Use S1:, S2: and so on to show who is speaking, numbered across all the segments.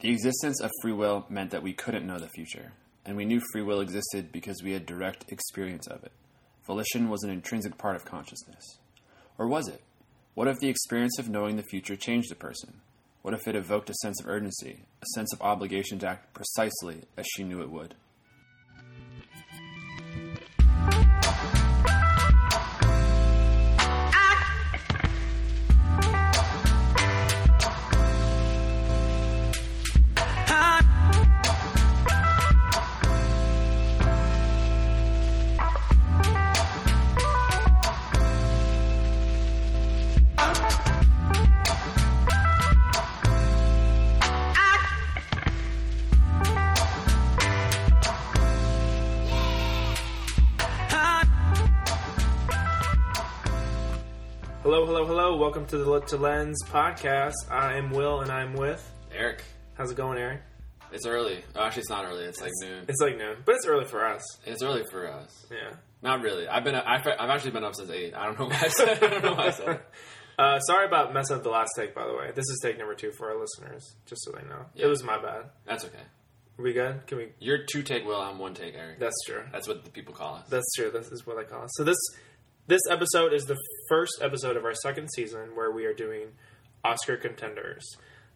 S1: The existence of free will meant that we couldn't know the future, and we knew free will existed because we had direct experience of it. Volition was an intrinsic part of consciousness. Or was it? What if the experience of knowing the future changed a person? What if it evoked a sense of urgency, a sense of obligation to act precisely as she knew it would?
S2: Hello, hello, hello. Welcome to the Look to Lens podcast. I am Will and I'm with.
S1: Eric,
S2: How's it going, Eric?
S1: it's early. Oh, actually, it's not early. It's like noon.
S2: It's like noon, but it's early for us.
S1: It's early for us.
S2: Yeah.
S1: Not really. I've been. I've, I've actually been up since eight. I don't know why I said. I don't know why I said. it.
S2: Uh, sorry about messing up the last take, by the way. This is take number two for our listeners, just so they know. It was my bad.
S1: That's okay.
S2: Are we good? Can we?
S1: You're two take Will. I'm one take Eric.
S2: That's true.
S1: That's what the people call us.
S2: That's true. This is what I call it. So this this episode is the first episode of our second season where we are doing Oscar contenders.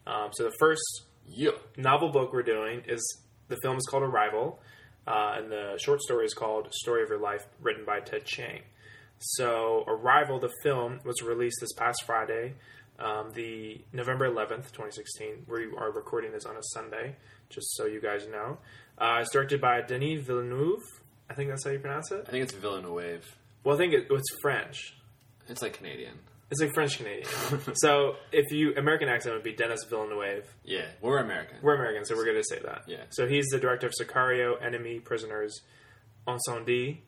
S2: Um, so the first
S1: Yeah.
S2: novel book we're doing is the film is called Arrival, uh, and the short story is called Story of Your Life, written by Ted Chiang. So, Arrival, the film, was released this past Friday, um, the November 11th, 2016. We are recording this on a Sunday, just so you guys know. Uh, it's directed by Denis Villeneuve. I think that's how you pronounce it.
S1: I think it's Villain Wave.
S2: Well, I think it, it's French.
S1: It's like Canadian.
S2: It's like French Canadian. so, if you American accent would be Dennis Villeneuve.
S1: Yeah, we're American.
S2: We're American, so we're going to say that.
S1: Yeah.
S2: So he's the director of Sicario, Enemy, Prisoners, Incendie,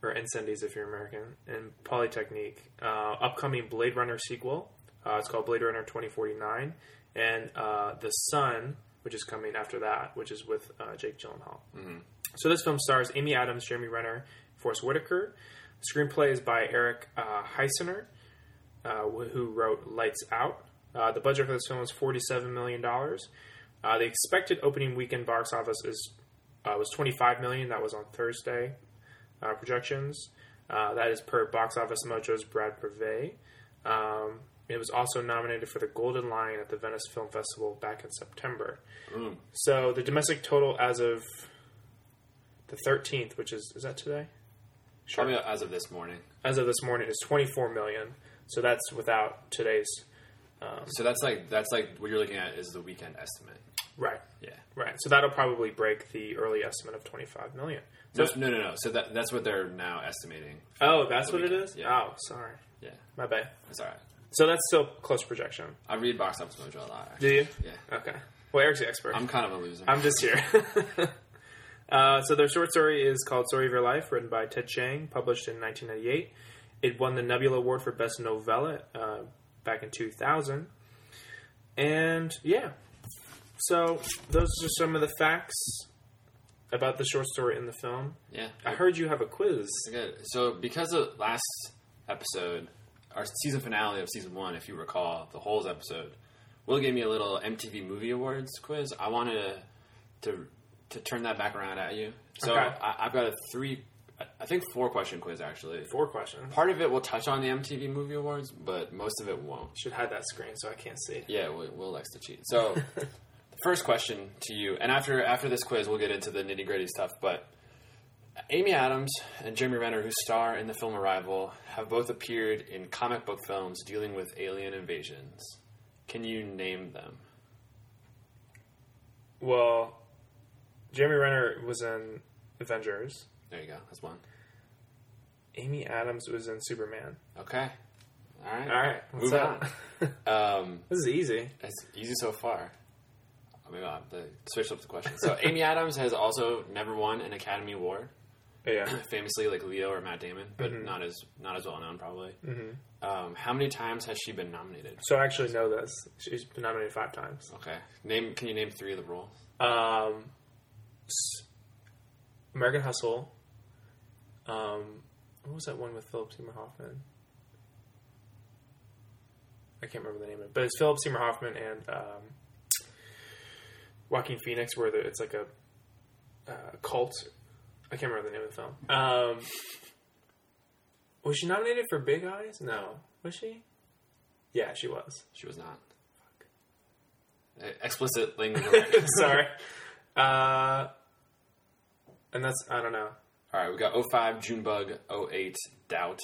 S2: or Incendies if you're American, and Polytechnique. Uh, upcoming Blade Runner sequel. Uh, it's called Blade Runner 2049. And uh, The Sun, which is coming after that, which is with uh, Jake Gyllenhaal.
S1: Mm-hmm.
S2: So this film stars Amy Adams, Jeremy Renner, Forrest Whitaker. Screenplay is by Eric uh, Heissener, uh, wh- who wrote Lights Out. Uh, the budget for this film was forty-seven million dollars. Uh, the expected opening weekend box office is uh, was twenty-five million. That was on Thursday uh, projections. Uh, that is per Box Office Mojo's Brad Brevet. Um, it was also nominated for the Golden Lion at the Venice Film Festival back in September. So the domestic total as of the 13th, which is is that today?
S1: Probably as of this morning.
S2: As of this morning is 24 million. So that's without today's
S1: So that's like that's like what you're looking at is the weekend estimate.
S2: right.
S1: Yeah.
S2: Right. So that'll probably break the early estimate of 25 million. So
S1: No, no, no, no. So that that's what they're now estimating.
S2: oh, that's what it
S1: weekend,
S2: is?
S1: yeah.
S2: Oh, sorry.
S1: Yeah,
S2: My bad.
S1: it's all right.
S2: So that's still close projection.
S1: I read Box Office Mojo a lot.
S2: Do
S1: actually.
S2: you?
S1: Yeah,
S2: Okay. Well, Eric's the expert.
S1: I'm kind of a loser.
S2: I'm just here. uh, so their short story is called "Story of Your Life," written by Ted Chiang, published in 1998. It won the Nebula Award for Best Novella uh, back in 2000. And yeah, so those are some of the facts about the short story in the film.
S1: yeah,
S2: I heard you have a quiz.
S1: good. So because of last episode, our season finale of season one, if you recall, the Holes episode, Will gave me a little MTV Movie Awards quiz. I wanted to to, to turn that back around at you. So
S2: Okay.
S1: I, I've got a three, I- I think four question quiz actually.
S2: Four questions.
S1: Part of it will touch on the MTV Movie Awards, but most of it won't.
S2: Should hide that screen so I can't see.
S1: Yeah, Will, Will likes to cheat. So, the first question to you, and after after this quiz, we'll get into the nitty gritty stuff. But Amy Adams and Jeremy Renner, who star in the film Arrival, have both appeared in comic book films dealing with alien invasions. Can you name them?
S2: Well, Jeremy Renner was in Avengers.
S1: There you go. That's one.
S2: Amy Adams was in Superman.
S1: Okay. All right.
S2: All right, what's
S1: Move
S2: up?
S1: on. Um,
S2: This is easy.
S1: It's easy so far. I mean, I'll have to switch up the question. So, Amy Adams has also never won an Academy Award,
S2: Yeah.
S1: famously like Leo or Matt Damon, but
S2: Mm-hmm.
S1: not as not as well known probably. Um, how many times has she been nominated?
S2: So I actually know this. She's been nominated five times.
S1: Okay, name. Can you name three of the roles?
S2: Um, s- American Hustle. Um, what was that one with Philip Seymour Hoffman? I can't remember the name of it, but it's Philip Seymour Hoffman and um, Joaquin Phoenix, where the, it's like a uh, cult. I can't remember the name of the film. Um, was she nominated for Big Eyes? No, was she? Yeah, she was.
S1: She was not. Fuck. Uh, Explicit language. alert.
S2: Sorry. Uh, and that's I don't know.
S1: All right, we got 05 Junebug, 08 Doubt,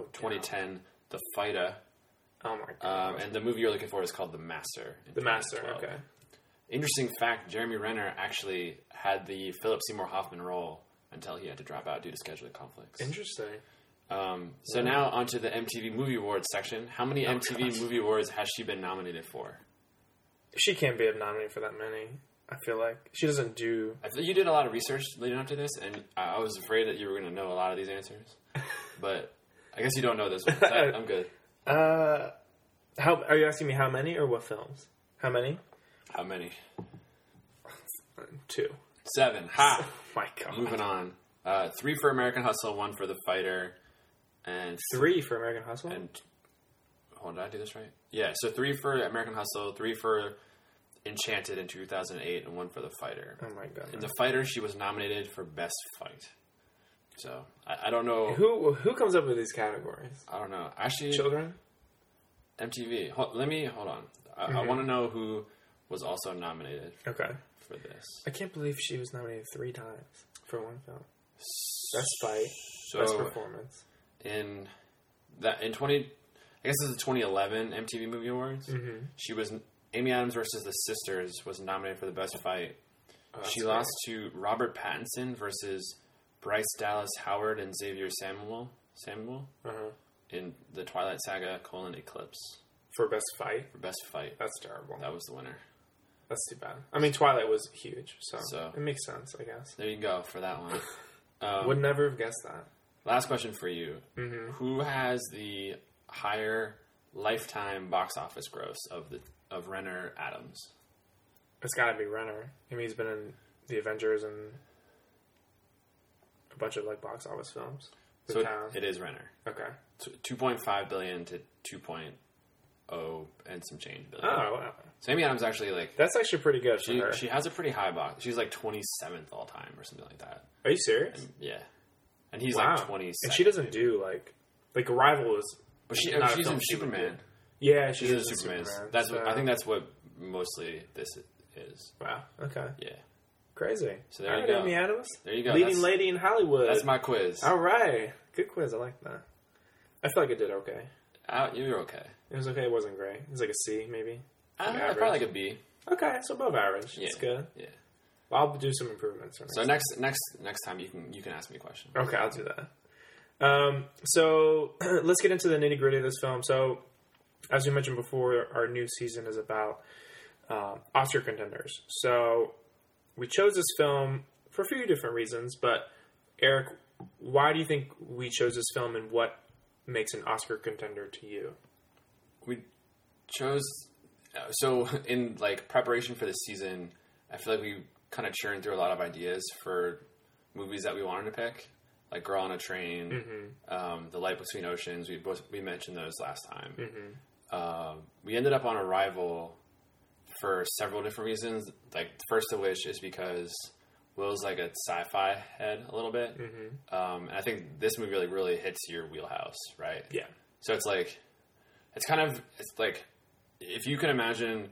S2: Oh,
S1: 2010 The Fighter,
S2: Oh my god.
S1: um, and the movie you're looking for is called The Master. in
S2: the Master.
S1: 2012.
S2: Okay.
S1: Interesting fact: Jeremy Renner actually had the Philip Seymour Hoffman role until he had to drop out due to scheduling conflicts.
S2: Interesting.
S1: Um, so now onto the MTV Movie Awards section. How many MTV Movie Awards has she been nominated for?
S2: She can't be nominated for that many. I feel like she doesn't do.
S1: I feel you did a lot of research leading up to this, and I I was afraid that you were going to know a lot of these answers, but I guess you don't know this one. so I- I'm good.
S2: Uh, how are you asking me how many or what films? How many?
S1: How many?
S2: Two.
S1: Seven. Ha.
S2: Oh My God.
S1: Moving on. Uh, three for American Hustle, one for The Fighter, and
S2: Three for American Hustle.
S1: and hold on, did I do this right? Yeah. So three for American Hustle, three for Enchanted in 2008, and one for The Fighter.
S2: oh my God.
S1: In The Fighter, she was nominated for Best Fight. So I, I don't know.
S2: Who who comes up with these categories?
S1: I don't know. Actually,
S2: Children.
S1: MTV. Hold, let me hold on. I, I
S2: Mm-hmm.
S1: want to know who was also nominated
S2: Okay.
S1: for this.
S2: I can't believe she was nominated three times for one film. Best fight,
S1: So
S2: best performance.
S1: in that in twenty, I guess this is the twenty eleven MTV Movie Awards.
S2: Mm-hmm.
S1: She was Amy Adams versus the Sisters was nominated for the best fight. uh, she
S2: Oh, great.
S1: lost to Robert Pattinson versus Bryce Dallas Howard and Xavier Samuel Samuel
S2: Uh-huh.
S1: in the Twilight Saga: colon, Eclipse
S2: For best fight,
S1: for best fight.
S2: that's terrible.
S1: That was the winner.
S2: That's too bad. I mean, Twilight was huge, so,
S1: So. Um,
S2: it makes sense, I guess.
S1: There you go for that one.
S2: Would never have guessed that. Mm-hmm.
S1: Last question for you. Who has the higher lifetime box office gross of the of Renner Adams?
S2: It's got to be Renner. I mean, he's been in the Avengers and a bunch of like box office films. The
S1: So it-
S2: Town.
S1: it is Renner.
S2: okay.
S1: Two point five billion to two point oh and some change billion.
S2: Oh, wow.
S1: So Amy Adams actually like
S2: that's actually pretty good for
S1: she,
S2: her.
S1: she has a pretty high box. She's like twenty seventh all time or something like that.
S2: Are you serious?
S1: Yeah, and he's
S2: wow.
S1: like twenty.
S2: and she doesn't do like like Arrival is.
S1: But she,
S2: not a
S1: she's
S2: film
S1: in
S2: she would
S1: Superman.
S2: Yeah, she
S1: She's in
S2: is in
S1: Superman.
S2: Superman,
S1: That's what, I
S2: so-
S1: think that's what mostly this is.
S2: Wow. Okay.
S1: Yeah.
S2: Crazy.
S1: So there
S2: All
S1: you
S2: right,
S1: go.
S2: Amy Adams.
S1: There you go.
S2: Leading
S1: That's-
S2: lady in Hollywood.
S1: That's my quiz.
S2: All right. Good quiz. I like that. I feel like it did okay.
S1: Uh, you're okay.
S2: It was okay. It wasn't great. It was like a C, maybe.
S1: Uh,
S2: average.
S1: probably like a B.
S2: Okay, so above average. It's
S1: Yeah.
S2: good.
S1: Yeah.
S2: I'll do some improvements.
S1: So next next next time you can you can ask me a question.
S2: Okay, I'll do that. Um, so let's get into the nitty gritty of this film. So, as we mentioned before, our new season is about um, Oscar contenders. So, we chose this film for a few different reasons, but Eric, why do you think we chose this film and what makes an Oscar contender to you?
S1: We chose uh, so in like preparation for this season, I feel like we kind of churned through a lot of ideas for movies that we wanted to pick, like Girl on a Train, um, The Light Between Oceans. We both we mentioned those last time. Um, we ended up on Arrival for several different reasons. Like the first of which is because Will's like a sci-fi head a little bit, um, and I think this movie like really hits your wheelhouse, right?
S2: Yeah.
S1: So it's like, it's kind of it's like if you can imagine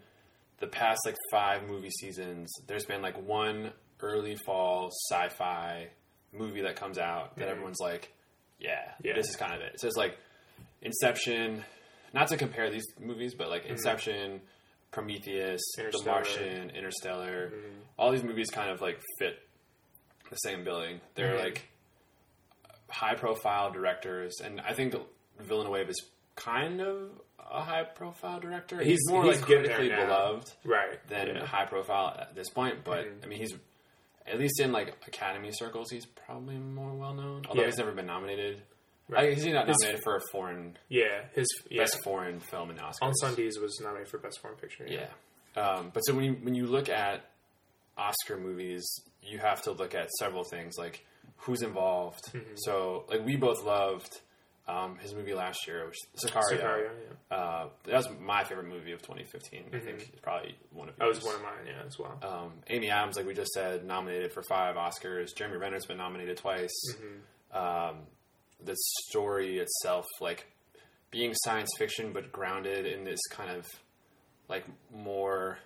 S1: the past like five movie seasons, there's been like one early fall sci-fi movie that comes out that everyone's like, yeah,
S2: Yeah.
S1: this is kind of it. So it's like Inception. Not to compare these movies, but like Inception, Prometheus, The
S2: Mm-hmm. Interstellar.
S1: Martian, Interstellar, all these movies kind of like fit the same billing. They're like high profile directors, and I think Villeneuve is kind of a high profile director. He's,
S2: He's-
S1: more
S2: he's
S1: like
S2: getting there
S1: critically
S2: now.
S1: beloved
S2: Right.
S1: than high profile at this point, but I mean, he's at least in like academy circles, he's probably more well known. Although
S2: Yeah.
S1: he's never been nominated. I
S2: Right.
S1: guess he's not nominated for a foreign
S2: Yeah. His yeah.
S1: best foreign film in the Oscars.
S2: On Sundays was nominated for Best Foreign Picture.
S1: Yeah. Um, but so when you when you look at Oscar movies, you
S2: Mm-hmm.
S1: have to look at several things like who's involved. So like we both loved um, his movie last year, which Sicario.
S2: Sicario, yeah.
S1: Uh, that was my favorite movie of 2015. I think it's probably one of.
S2: That was
S1: yours.
S2: one of mine, yeah, as well.
S1: Um, Amy Adams, like we just said, nominated for five Oscars. Jeremy Renner's been nominated twice. Um, the story itself, like being science fiction but grounded in this kind of like more.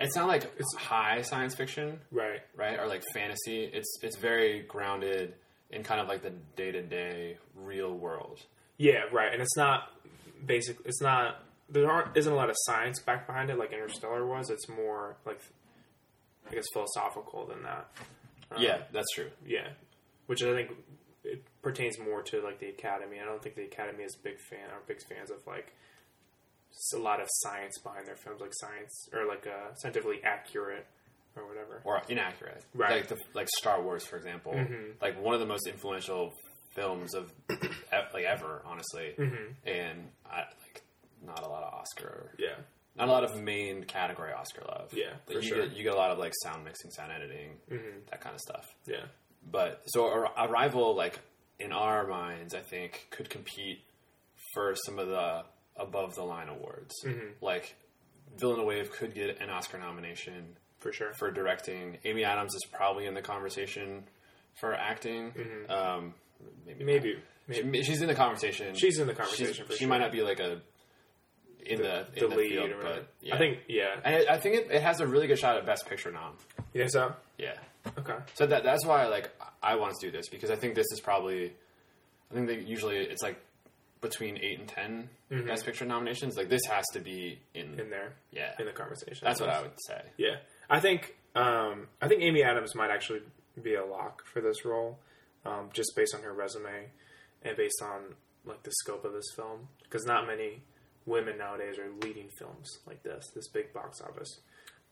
S1: It's not like it's high science fiction,
S2: right.
S1: right? Or like fantasy. It's it's very grounded in kind of like the day to day real world.
S2: Yeah, right. And it's not basic. It's not. There aren't isn't a lot of science back behind it like Interstellar was. It's more like I guess philosophical than that.
S1: yeah, that's true.
S2: Yeah, which I think it pertains more to like the Academy. I don't think the Academy is big fan are big fans of like s- a lot of science behind their films, like science or like uh, scientifically accurate or whatever.
S1: or inaccurate.
S2: Right. Mm-hmm.
S1: Like the, like Star Wars, for example, like one of the most influential films of e- like ever, honestly.
S2: Mm-hmm.
S1: And I like not a lot of Oscar,
S2: Yeah,
S1: not a lot of main category Oscar love.
S2: Yeah,
S1: Like, you
S2: for sure. Mm-hmm.
S1: Get, you get a lot of like sound mixing, sound editing, that kind of stuff.
S2: yeah,
S1: But so Ar- Arrival, like in our minds, I think could compete for some of the above the line awards.
S2: Mm-hmm.
S1: Like Villeneuve could get an Oscar nomination
S2: for sure.
S1: for directing. Amy Adams is probably in the conversation for acting.
S2: Mm-hmm.
S1: Um, maybe,
S2: Maybe,
S1: not.
S2: maybe.
S1: She- she's in the conversation.
S2: She's in the
S1: She's-
S2: conversation for
S1: she
S2: sure.
S1: might not be like a in the,
S2: the
S1: in the
S2: lead
S1: field,
S2: or whatever.
S1: but yeah.
S2: I think yeah.
S1: and I, I think it, it has a really good shot at Best Picture nom.
S2: You think so?
S1: Yeah,
S2: Okay.
S1: so that that's why like I want to do this because I think this is probably I think that usually it's like between eight and 10 Best Picture nominations. Like this has to be in.
S2: Mm-hmm. In there.
S1: yeah,
S2: In the conversation.
S1: that's what I would say.
S2: Yeah, I think um, I think Amy Adams might actually be a lock for this role, um, just based on her resume and based on like the scope of this film, because not many women nowadays are leading films like this, this big box office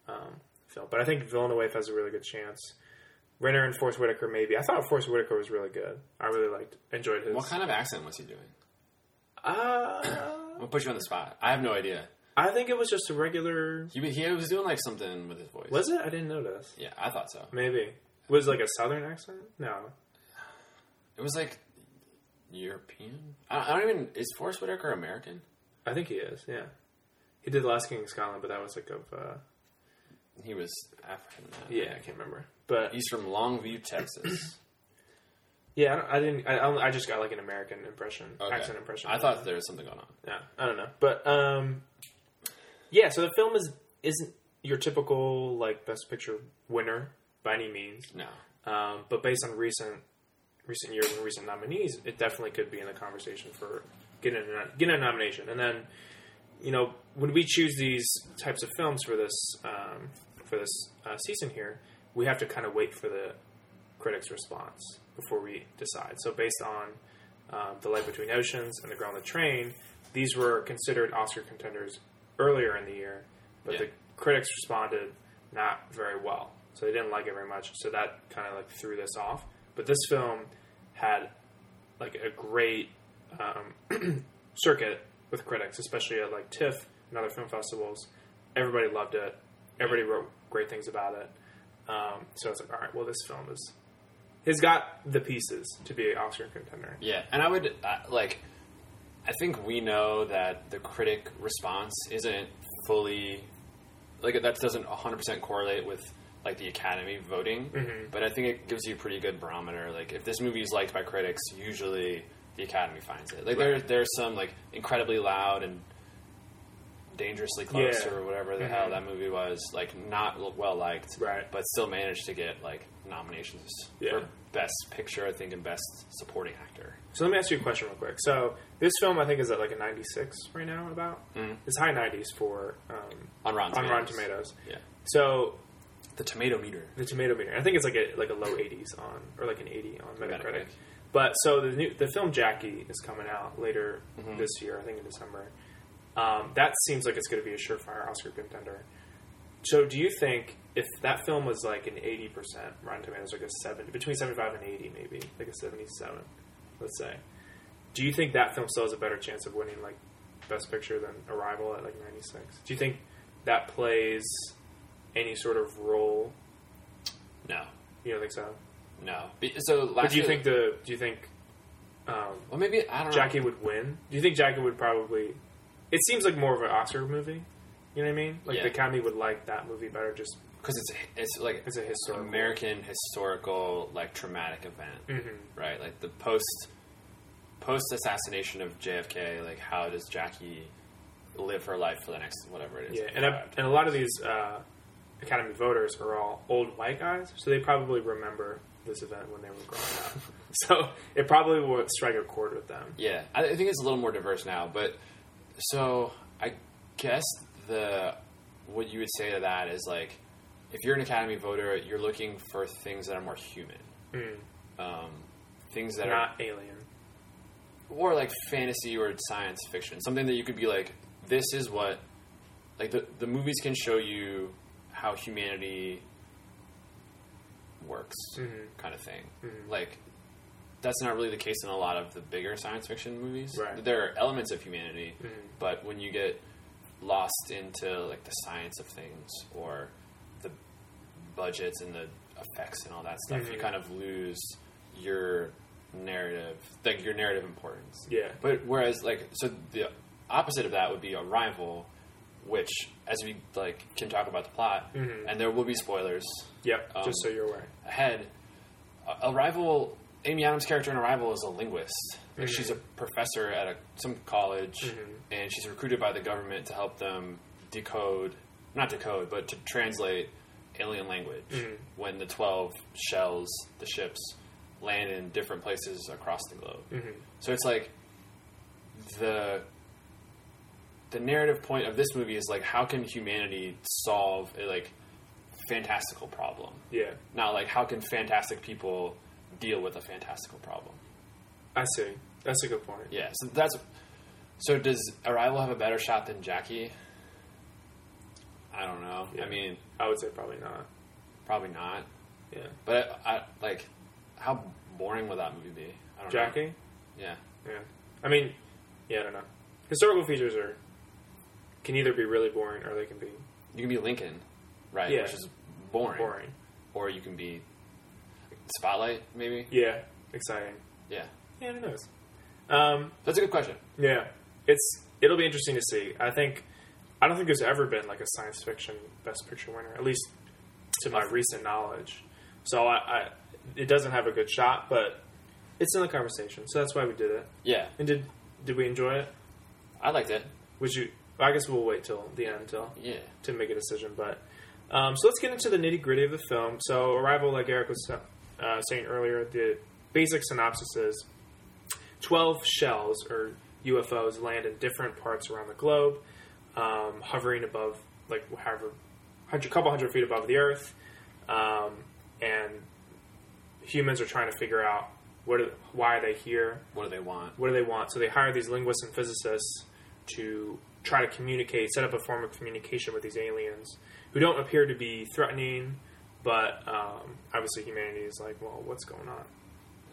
S2: um, film. But I think Villeneuve has a really good chance. Renner and Force Whitaker maybe. I thought Force Whitaker was really good. I really liked enjoyed his.
S1: What kind of accent was he doing?
S2: uh,
S1: I'm gonna put you on the spot. I have no idea.
S2: I think it was just a regular.
S1: He, he was doing like something with his voice.
S2: Was it? I didn't notice.
S1: Yeah, I thought so.
S2: Maybe was it like a southern accent? No,
S1: It was like European. I, I don't even. Is Forrest Whitaker American?
S2: I think he is. Yeah, he did Last King of Scotland, but that was like of uh,
S1: He was African. I
S2: yeah, I
S1: think.
S2: can't remember. But
S1: He's from Longview, Texas.
S2: yeah, I, don't, I didn't. I, I don't- I just got like an American impression,
S1: Okay.
S2: accent impression.
S1: I thought there was something going on.
S2: Yeah, I don't know, but um, yeah. So the film is isn't your typical like Best Picture winner by any means,
S1: No.
S2: um, but based on recent recent years and recent nominees, it definitely could be in the conversation for getting a, getting a nomination. And then, you know, when we choose these types of films for this um, for this uh, season here, we have to kind of wait for the critics' response before we decide. So based on um, the Light Between Oceans and The Girl on the Train, these were considered Oscar contenders earlier in the year, but
S1: Yeah.
S2: the critics responded not very well. So they didn't like it very much. So that kind of like threw this off. But this film had like a great um, circuit with critics, especially at like TIFF and other film festivals. Everybody loved it. Everybody wrote great things about it. Um, so I was like, all right, well, this film is has got the pieces to be an Oscar contender.
S1: Yeah, and I would uh, like. I think we know that the critic response isn't fully like that doesn't 100% correlate with like the academy voting
S2: Mm-hmm.
S1: but i think it gives you a pretty good barometer like if this movie is liked by critics usually the academy finds it like there, there's some like incredibly loud and dangerously close
S2: Yeah. Mm-hmm.
S1: or whatever the hell that movie was like not l- well liked
S2: Right.
S1: but still managed to get like nominations
S2: Yeah.
S1: for best picture i think and best supporting actor
S2: So let me ask you a question real quick. So this film, I think, is at like a 96 right now, about. It's high 90s for um,
S1: on rotten
S2: on
S1: tomatoes.
S2: Rotten Tomatoes.
S1: yeah
S2: So
S1: the tomato meter
S2: the tomato meter. I think it's like a like a low 80s on or like an 80 on Metacritic.
S1: Metacritic.
S2: But so the new the film Jackie is coming out later this year, I think in December. Um, that seems like it's going to be a surefire Oscar contender. So do you think if that film was like an 80% Rotten Tomatoes, like a 70, between 75 and 80 maybe, like a 77, let's say. Do you think that film still has a better chance of winning like Best Picture than Arrival at like 96? Do you think that plays any sort of role
S1: no
S2: you don't think so?
S1: no Be- so last
S2: But do you
S1: year-
S2: think the do you think um,
S1: Well, maybe I don't
S2: Jackie would win. Do you think Jackie would probably? It seems like more of an Oscar movie. You know what I mean? Like
S1: Yeah.
S2: the Academy would like that movie better. Just
S1: because it's it's like
S2: It's a historical- Mm.
S1: American historical like traumatic event,
S2: Mm-hmm.
S1: right? Like the post post assassination of JFK. Like how does Jackie live her life for the next whatever it is?
S2: yeah, and I,
S1: five,
S2: and a lot of these uh, Academy voters are all old white guys, so they probably remember this event when they were growing up. so it probably would strike a chord with them.
S1: Yeah, I I think it's a little more diverse now. But so I guess the what you would say to that is like, if you're an Academy voter, you're looking for things that are more human, um, things that are
S2: Not Alien.
S1: or like fantasy or science fiction, something that you could be like, this is what, like the the movies can show you how humanity works, kind of thing. Like that's not really the case in a lot of the bigger science fiction movies.
S2: Right.
S1: There are elements of humanity, but when you get lost into like the science of things or the budgets and the effects and all that stuff, you kind of lose your narrative, like your narrative importance.
S2: Yeah.
S1: But whereas, like, so the opposite of that would be Arrival, which, as we like, can talk about the plot, and there will be spoilers
S2: Yep.
S1: Um,
S2: just so you're aware.
S1: ahead. A- Arrival, Amy Adams' character in Arrival is a linguist. Like, she's a professor at a, some college, and she's recruited by the government to help them decode, not decode, but to translate alien language. When the twelve shells, the ships, land in different places across the globe, so it's like the the narrative point of this movie is like how can humanity solve a like fantastical problem
S2: Yeah.
S1: not like how can fantastic people deal with a fantastical problem
S2: I see. That's a good point.
S1: yeah so that's so does arrival have a better shot than jackie i don't know
S2: Yeah.
S1: i mean
S2: I would say probably not.
S1: probably not
S2: Yeah.
S1: but I, I like how boring would that movie be i don't know
S2: Jackie.
S1: yeah
S2: Yeah. I mean, yeah, I don't know. Historical features are can either be really boring or they can be
S1: you can be lincoln right
S2: Yeah.
S1: which is boring,
S2: boring.
S1: or you can be spotlight maybe
S2: Yeah. Exciting.
S1: yeah
S2: Yeah, who knows? Um,
S1: that's a good question
S2: yeah. It's it'll be interesting to see. I think I don't think there's ever been like a science fiction best picture winner, at least to my recent knowledge. So I, I it doesn't have a good shot, but it's in the conversation. So that's why we did it.
S1: yeah
S2: And did did we enjoy it?
S1: i liked it
S2: Would you I guess we'll wait till the end till
S1: yeah
S2: to make a decision. But um, so let's get into the nitty gritty of the film. So Arrival, like Eric was uh, saying earlier, the basic synopsis is twelve shells or UFOs land in different parts around the globe, um, hovering above like however, hundred couple hundred feet above the Earth, um, and humans are trying to figure out what are, why are they here
S1: what do they want
S2: what do they want? So they hire these linguists and physicists to try to communicate, set up a form of communication with these aliens who don't appear to be threatening, but um, obviously humanity is like, well, what's going on?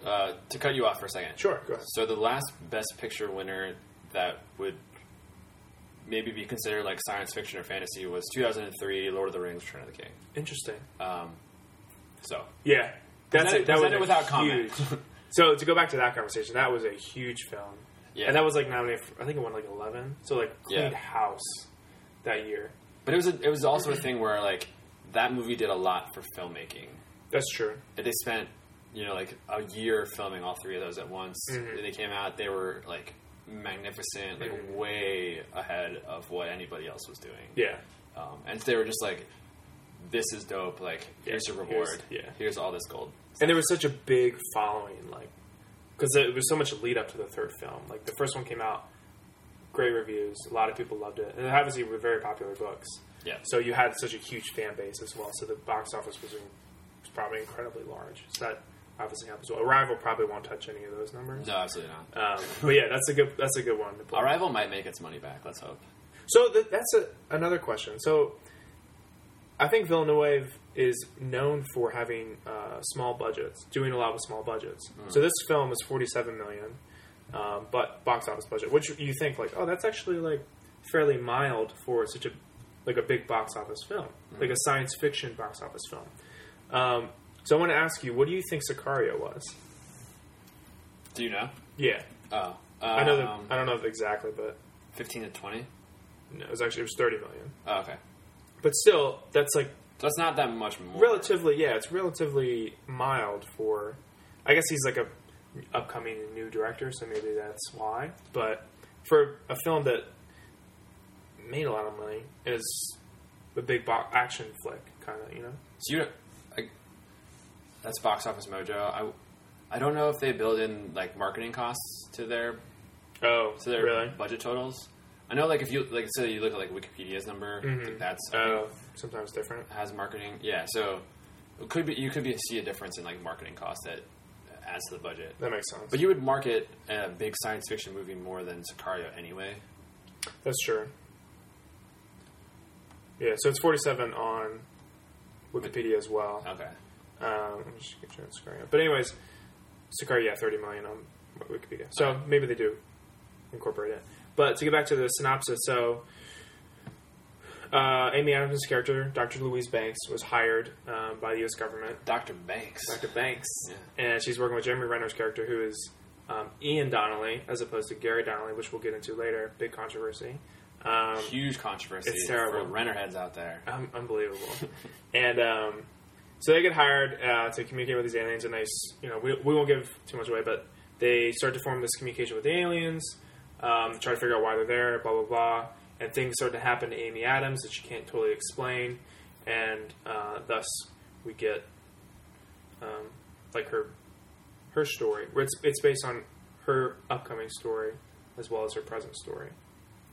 S1: uh, to cut you off for a second
S2: Sure, go ahead.
S1: So the last Best Picture winner that would maybe be considered like science fiction or fantasy was 2003 Lord of the Rings: Return of the King.
S2: Interesting.
S1: So
S2: Yeah, that's
S1: Present
S2: it. That was
S1: present
S2: a
S1: without comment.
S2: huge- so to go back to that conversation, that was a huge film,
S1: Yeah.
S2: and that was like nominated. For, I think it won like eleven. So like cleaned
S1: Yeah.
S2: house that year.
S1: but it was a, it was also a thing where like that movie did a lot for filmmaking.
S2: That's true.
S1: They spent you know like a year filming all three of those at once.
S2: Mm-hmm.
S1: They came out. They were like magnificent, like way ahead of what anybody else was doing.
S2: Yeah,
S1: Um, and they were just like, "This is dope. Like here's your
S2: here's-
S1: reward.
S2: yeah.
S1: here's all this gold."
S2: and there was such a big following, like because there was so much lead up to the third film. Like the first one came out, great reviews, a lot of people loved it, and obviously were very popular books.
S1: Yeah.
S2: So you had such a huge fan base as well. So the box office was, in, was probably incredibly large. So that obviously helps. Well, Arrival probably won't touch any of those numbers.
S1: No, absolutely not.
S2: Um, but yeah, that's a good that's a good one to play.
S1: Arrival might make its money back. Let's hope.
S2: So th- that's a, another question. So I think Villeneuve is known for having uh, small budgets, doing a lot with small budgets. So this film is forty-seven million, um, but box office budget, which you think like, oh, that's actually like fairly mild for such a like a big box office film, like a science fiction box office film. Um, so I want to ask you, what do you think Sicario was?
S1: Do you know?
S2: Yeah,
S1: Oh, um,
S2: I know. The, I don't know exactly, but
S1: fifteen to twenty.
S2: no, it was actually it was thirty million.
S1: Oh, okay,
S2: But still, that's like
S1: so that's not that much more.
S2: relatively. Yeah, it's relatively mild for. I guess he's like a upcoming new director, so maybe that's why. But for a film that made a lot of money, is a big bo- action flick, kind of. You know,
S1: So you, I, that's box office mojo. I, I don't know if they build in like marketing costs to their
S2: Oh,
S1: to their
S2: really?
S1: budget totals. I know, like if you like, say you look at like Wikipedia's number,
S2: Mhm.
S1: like, that's I think,
S2: Oh, sometimes different.
S1: has marketing. Yeah, so it could be you could be see a difference in like marketing cost that adds to the budget.
S2: That makes sense.
S1: But you would market a big science fiction movie more than Sicario anyway.
S2: That's true. Yeah, so it's 47 on Wikipedia as well.
S1: Okay,
S2: Um, let me just get you on Sicario. But anyways, Sicario, yeah, 30 million on Wikipedia. So maybe they do incorporate it. But to get back to the synopsis, so uh, Amy Adams' character, Dr. Louise Banks, was hired um, by the U.S. government
S1: Doctor Banks.
S2: Dr. Banks.
S1: Yeah.
S2: And she's working with Jeremy Renner's character, who is um, Ian Donnelly, as opposed to Gary Donnelly, which we'll get into later. Big controversy. Um,
S1: Huge controversy
S2: It's terrible.
S1: for renter heads out there.
S2: um, unbelievable. and um, so they get hired uh, to communicate with these aliens, and they, s- you know, we, we won't give too much away, but they start to form this communication with the aliens, um, try to figure out why they're there, blah, blah, blah. And things start to happen to Amy Adams that she can't totally explain, and uh, thus we get um, like her her story. Where It's it's based on her upcoming story as well as her present story,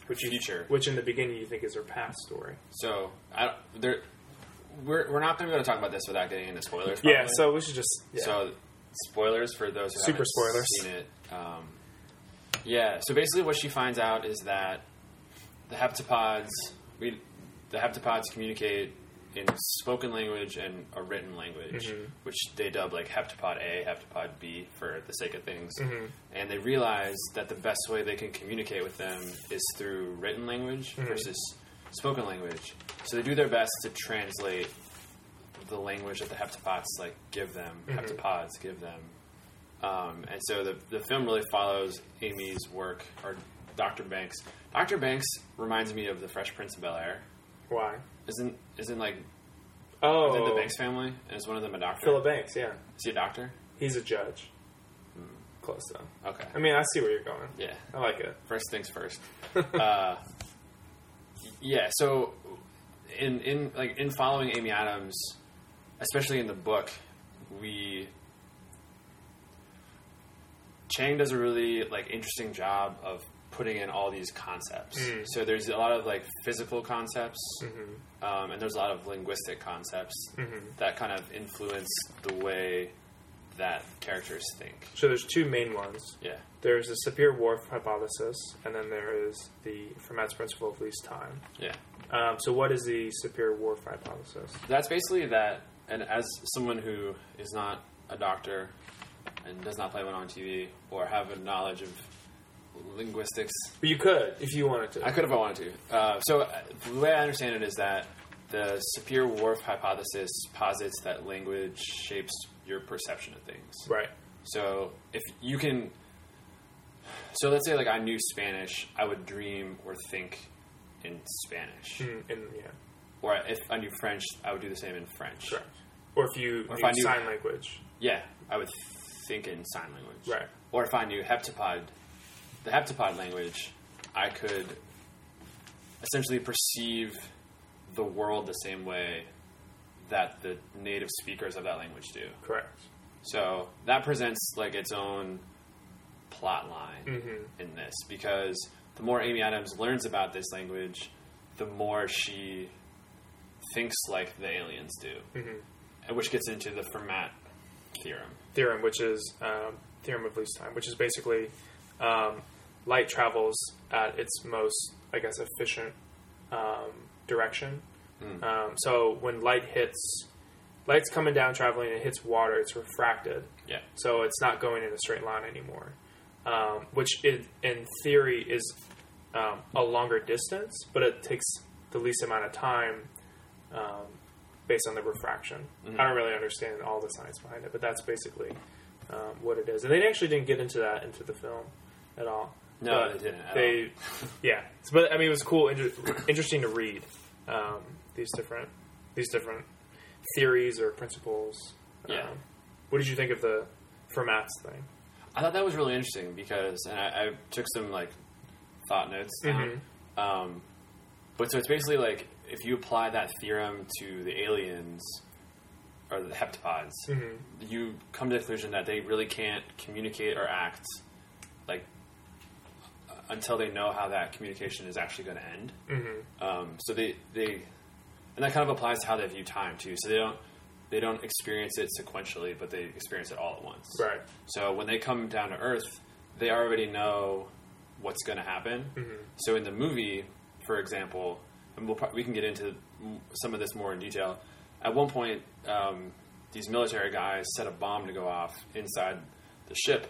S2: which you-
S1: Future.
S2: which in the beginning you think is her past story.
S1: So I there, we're we're not going to be able to talk about this without getting into spoilers. Probably.
S2: Yeah, so we should just yeah.
S1: so spoilers for those who
S2: Super
S1: haven't
S2: spoilers.
S1: seen it. Um, yeah, so basically what she finds out is that the heptapods we the heptapods communicate in spoken language and a written language, which they dub like heptapod A, heptapod B for the sake of things. And they realize that the best way they can communicate with them is through written language versus spoken language. So they do their best to translate the language that the heptapods like give them, heptapods give them. Um, and so the, the film really follows Amy's work, or Dr. Banks. Dr. Banks reminds me of the Fresh Prince of Bel Air.
S2: why?
S1: Isn't isn't like
S2: Oh,
S1: the Banks family? And is one of them a doctor?
S2: Philip Banks. Yeah,
S1: Is he a doctor?
S2: he's a judge.
S1: Hmm,
S2: Close though.
S1: Okay.
S2: I mean, I see where you're going.
S1: Yeah.
S2: I like it.
S1: First things first. uh, yeah. So in in like in following Amy Adams, especially in the book, we Chang does a really like interesting job of putting in all these concepts. So there's a lot of like physical concepts, um, and there's a lot of linguistic concepts that kind of influence the way that characters think.
S2: So there's two main ones.
S1: Yeah.
S2: There's the Sapir-Whorf hypothesis, and then there is the Fermat's principle of least time.
S1: Yeah.
S2: Um, so what is the Sapir-Whorf hypothesis?
S1: that's basically that. And as someone who is not a doctor and does not play one on TV or have a knowledge of linguistics,
S2: But you could if you wanted to.
S1: I could if I wanted to. Uh, so uh, the way I understand it is that the Sapir-Whorf hypothesis posits that language shapes your perception of things.
S2: right.
S1: So if you can, so let's say like I knew Spanish, I would dream or think in Spanish.
S2: Mm, and yeah.
S1: Or if I knew French, I would do the same in French.
S2: Correct. Or if you
S1: Or if
S2: knew
S1: I knew-
S2: sign language.
S1: Yeah, I would think in sign language.
S2: Right.
S1: Or if I knew heptapod, the heptapod language, I could essentially perceive the world the same way that the native speakers of that language do.
S2: Correct.
S1: So that presents like its own plot line in this because the more Amy Adams learns about this language, the more she thinks like the aliens do, mm-hmm. which gets into the Fermat theorem.
S2: theorem, which is um, theorem of least time, which is basically um, light travels at its most, I guess, efficient um, direction. Um, so when light hits, light's coming down traveling, and it hits water, it's refracted,
S1: Yeah,
S2: so it's not going in a straight line anymore. Um, which in, in theory is um, a longer distance, but it takes the least amount of time um,
S1: Mm-hmm.
S2: based on the refraction. I don't really understand all the science behind it, but that's basically um, what it is. And they actually didn't get into that into the film at all.
S1: No,
S2: But
S1: they didn't at
S2: they, yeah. But I mean, it was cool, inter- interesting to read um, these different these different theories or principles.
S1: Yeah.
S2: Um, what did you think of the formats thing?
S1: I thought that was really interesting because, and I, I took some like thought notes down. Um, but so it's basically like if you apply that theorem to the aliens or the heptapods, you come to the conclusion that they really can't communicate or act like uh, until they know how that communication is actually going to end. Um, so they they and that kind of applies to how they view time too. So they don't they don't experience it sequentially, but they experience it all at once.
S2: Right.
S1: So when they come down to Earth, they already know what's going to happen. So in the movie, for example, and we'll, pro- we can get into m- some of this more in detail. At one point, um, these military guys set a bomb to go off inside the ship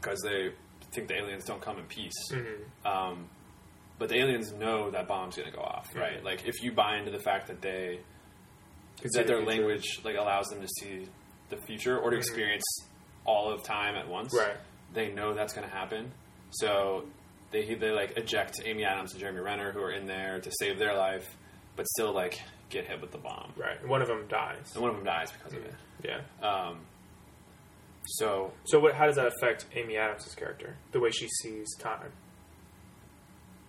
S1: because they think the aliens don't come in peace. Um, but the aliens know that bomb's going to go off, right? Like if you buy into the fact that they
S2: Consider
S1: that their
S2: future.
S1: language like allows them to see the future or to experience all of time at once.
S2: Right.
S1: They know that's going to happen, so they they like eject Amy Adams and Jeremy Renner who are in there to save their life, but still like get hit with the bomb.
S2: Right. One of them dies.
S1: And one of them dies because of it. Um,
S2: Yeah.
S1: Uh, So
S2: So what? How does that affect Amy Adams' character? The way she sees time.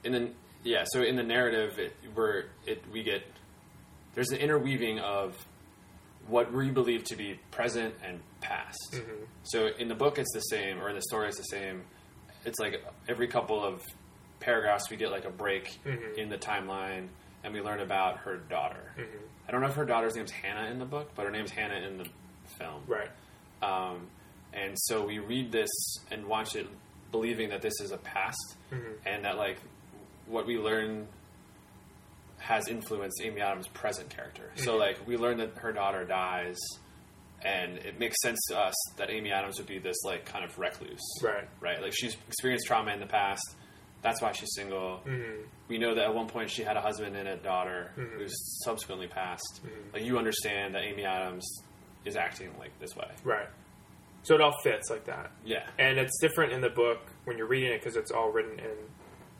S1: and then yeah, so in the narrative, it, we're it we get there's an interweaving of what we believe to be present and past. So in the book, it's the same, or in the story, it's the same. It's like every couple of paragraphs, we get like a break in the timeline, and we learn about her daughter. I don't know if her daughter's name's Hannah in the book, but her name's Hannah in the film.
S2: Right.
S1: Um, and so we read this and watch it believing that this is a past and that like what we learn has influenced Amy Adams' present character. So like we learn that her daughter dies and it makes sense to us that Amy Adams would be this like kind of recluse.
S2: Right.
S1: Right? Like she's experienced trauma in the past. That's why she's single. We know that at one point she had a husband and a daughter who's subsequently passed. Like you understand that Amy Adams is acting like this way.
S2: Right. So it all fits like that.
S1: Yeah.
S2: And it's different in the book when you're reading it because it's all written in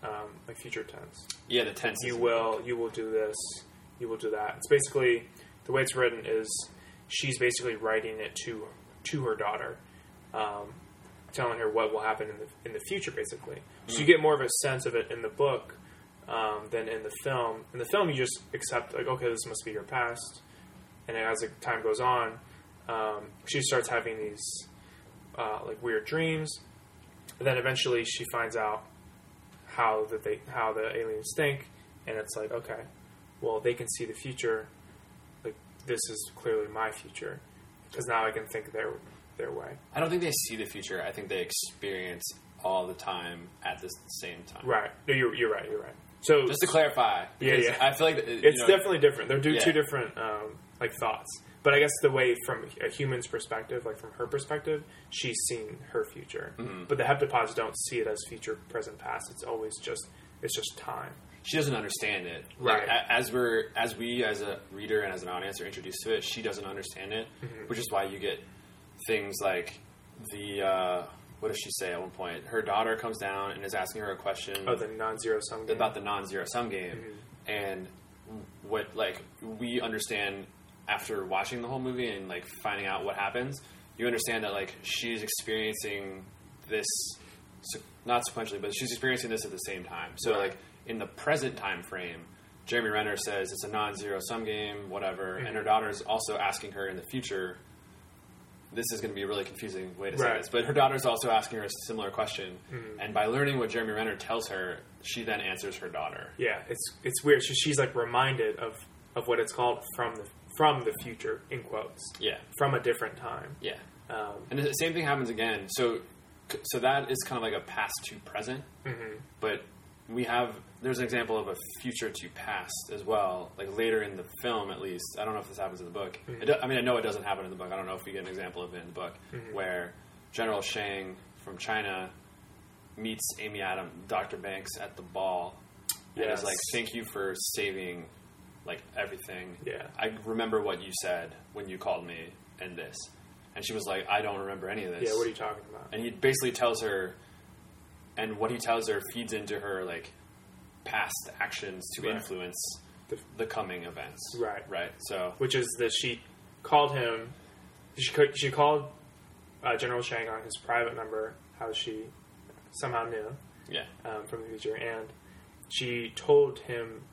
S2: um, like future tense.
S1: Yeah, the tense.
S2: You
S1: is-
S2: will, you will do this, you will do that. It's basically the way it's written is she's basically writing it to to her daughter, um, telling her what will happen in the in the future. Basically, so you get more of a sense of it in the book um, than in the film. In the film, you just accept like, okay, this must be your past, and then as the time goes on, um, she starts having these uh, like weird dreams. And then eventually she finds out how that they how the aliens think, and it's like okay, well they can see the future. Like this is clearly my future because now I can think their their way.
S1: I don't think they see the future. I think they experience all the time at the same time.
S2: Right? No, you're you're right. You're right. So
S1: Just to clarify.
S2: Yeah,
S1: because
S2: yeah.
S1: I feel like uh, you
S2: it's
S1: know,
S2: definitely different. They're do,
S1: Yeah.
S2: two different um, like thoughts. But I guess the way from a human's perspective, like from her perspective, she's seen her future.
S1: Mm-hmm.
S2: But the heptapods don't see it as future, present, past. It's always just it's just time.
S1: she doesn't understand it. Like,
S2: Right.
S1: a- as we're as we as a reader and as an audience are introduced to it, she doesn't understand it,
S2: Mm-hmm.
S1: which is why you get things like the uh, what does she say at one point? Her daughter comes down and is asking her a question.
S2: Oh, the non-zero sum game.
S1: about the non-zero sum game
S2: Mm-hmm.
S1: and what like we understand after watching the whole movie and like finding out what happens you understand that like she's experiencing this se- not sequentially but she's experiencing this at the same time so
S2: Right.
S1: like in the present time frame jeremy renner says it's a non-zero sum game whatever and
S2: Mm-hmm.
S1: her daughter's also asking her in the future this is going to be a really confusing way to
S2: Right. Mm-hmm.
S1: say this, but her daughter's also asking her a similar question, and by learning what Jeremy Renner tells her, she then answers her daughter.
S2: Yeah, it's it's weird. She, she's like reminded of of what it's called from the from the future in quotes
S1: Yeah,
S2: from a different time.
S1: yeah,
S2: Um,
S1: and the same thing happens again. So, so that is kind of like a past to present, but we have there's an example of a future to past as well. Like later in the film, at least I don't know if this happens in the book. It do- I mean, I know it doesn't happen in the book. I don't know if we get an example of it in the book where General Shang from China meets Amy Adam, Dr. Banks at the ball, and
S2: Yes.
S1: is like, "Thank you for saving like everything.
S2: Yeah.
S1: I remember what you said when you called me and this." and she was like, "I don't remember any of this."
S2: Yeah, what are you talking about?
S1: and he basically tells her, and what he tells her feeds into her like past actions to
S2: Right.
S1: influence
S2: The-
S1: the coming events.
S2: Right.
S1: Right. So
S2: Which is that she called him. She co- she called uh, General Shang on his private number. How she somehow knew
S1: yeah,
S2: um, from the future, and she told him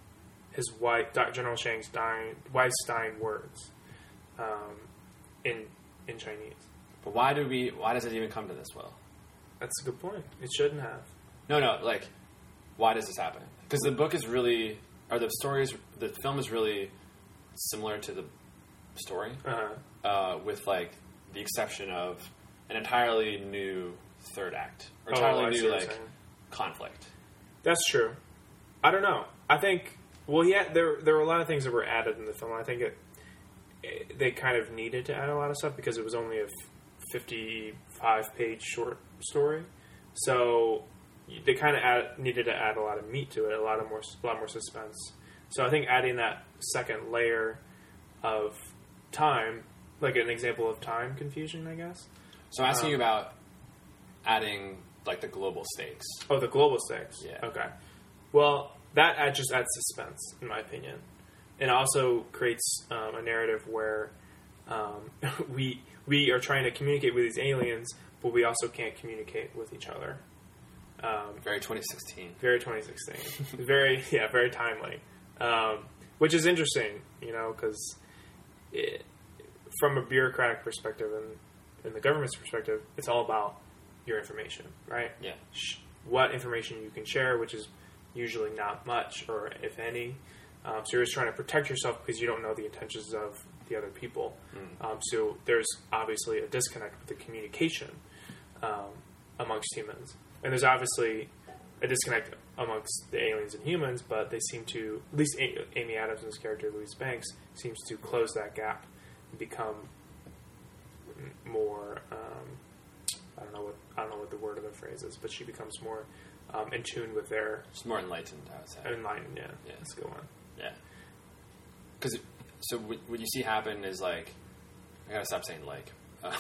S2: his wife, Doc- General Shang's dying wife's dying words, um, in in Chinese.
S1: but why do we? Why does it even come to this? Well,
S2: That's a good point. It shouldn't have.
S1: no, no. Like, why does this happen? Because the book is really, or the story is, the film is really similar to the story,
S2: Uh,
S1: uh, with like the exception of an entirely new third act, or
S2: Oh,
S1: entirely
S2: I see
S1: new
S2: what you're
S1: like
S2: saying.
S1: conflict.
S2: That's true. I don't know. I think well, yeah, there there were a lot of things that were added in the film. I think it, it- they kind of needed to add a lot of stuff because it was only a fifty five page short story, so they kind of add, needed to add a lot of meat to it, a lot of more a lot more suspense. So I think adding that second layer of time, like an example of time confusion, I guess.
S1: So
S2: Uh-huh.
S1: I'm asking you about adding like the global stakes.
S2: Oh, the global stakes.
S1: Yeah.
S2: Okay. Well, that ad- just adds suspense, in my opinion, and also creates um, a narrative where um, we we are trying to communicate with these aliens, but we also can't communicate with each other. Um,
S1: Very 2016.
S2: very 2016. very yeah, very timely. Um, which is interesting, you know, because from a bureaucratic perspective and in the government's perspective, it's all about your information, right?
S1: Yeah.
S2: sh- what information you can share, which is usually not much or if any. Um, so you're just trying to protect yourself because you don't know the intentions of the other people. Um, so there's obviously a disconnect with the communication um, amongst humans, and there's obviously a disconnect amongst the aliens and humans. But they seem to, at least A- Amy Adams's character Louise Banks seems to close that gap and become m- more. Um, I don't know what I don't know what the word of the phrase is, but she becomes more um, in tune with their
S1: It's more enlightened, I would say.
S2: enlightened. Yeah,
S1: Yeah.
S2: let's go on.
S1: Yeah. Because, so what what you see happen is like, I gotta stop saying like. Uh,